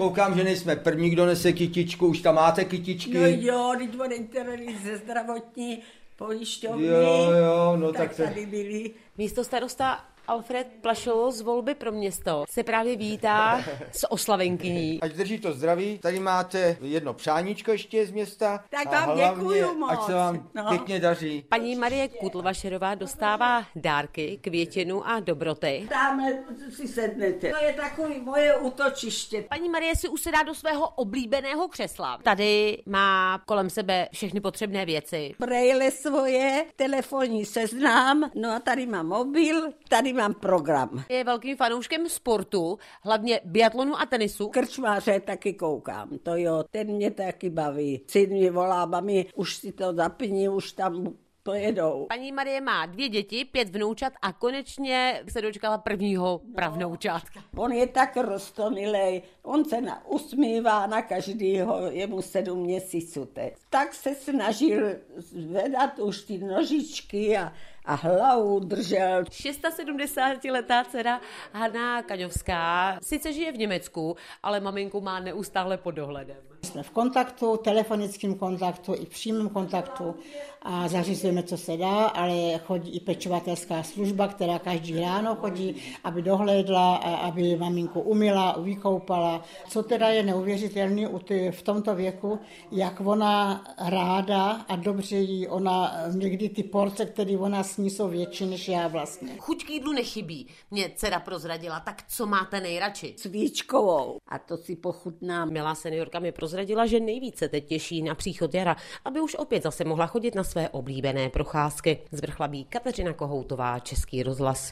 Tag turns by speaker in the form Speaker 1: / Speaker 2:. Speaker 1: Koukám, že nejsme první, kdo nese kytičku, už tam máte kytičky.
Speaker 2: No jo, teď odejte ze zdravotní pojišťovny.
Speaker 1: Jo, jo, no tak to-
Speaker 2: tady byli.
Speaker 3: Místo starosta Alfred Plašilo z volby pro město se právě vítá s oslavenkyní.
Speaker 1: Ať drží to zdraví. Tady máte jedno přáníčko ještě z města.
Speaker 2: Tak
Speaker 1: A
Speaker 2: vám děkuju moc.
Speaker 1: Ať se vám
Speaker 2: No.
Speaker 1: pěkně daří.
Speaker 3: Paní Marie Kutlvašerová dostává dárky, květinu a dobroty.
Speaker 2: Tam si sednete. To je takový moje útočiště.
Speaker 3: Paní Marie si usedá do svého oblíbeného křesla. Tady má kolem sebe všechny potřebné věci.
Speaker 2: Brejle svoje, telefonní seznám, no a tady mám mobil, tady mám program.
Speaker 3: Je velkým fanouškem sportu, hlavně biatlonu a tenisu.
Speaker 2: Krčmáře taky koukám, to jo, ten mě taky baví. Syn mě volá, mami, už si to zapni, už tam pojedou.
Speaker 3: Paní Marie má dvě děti, pět vnoučat a konečně se dočkala prvního pravnoučátka.
Speaker 2: On je tak rostomilej, on se na, usmívá na každýho, je mu sedm měsíců teď. Tak se snažil zvedat už ty nožičky a, a hlavu držel.
Speaker 3: 670-letá dcera Hana Kaňovská sice žije v Německu, ale maminku má neustále pod dohledem.
Speaker 4: Jsme v kontaktu, telefonickém kontaktu i přímém kontaktu a zařizujeme, co se dá, ale chodí i pečovatelská služba, která každý ráno chodí, aby dohlédla, a aby maminku umila, vykoupala. Co teda je neuvěřitelné u ty- v tomto věku, jak ona ráda a dobře jí ona, někdy ty porce, které ona sní, jsou větší než já vlastně.
Speaker 3: Chuť k jídlu nechybí, mě dcera prozradila, tak co máte nejradši?
Speaker 2: Svíčkovou. A to si pochutnám.
Speaker 3: Milá seniorka mi prozradila, že nejvíce teď těší na příchod jara, aby už opět zase mohla chodit na své oblíbené procházky. Zvrchla Kateřina Kohoutová, Český rozhlas.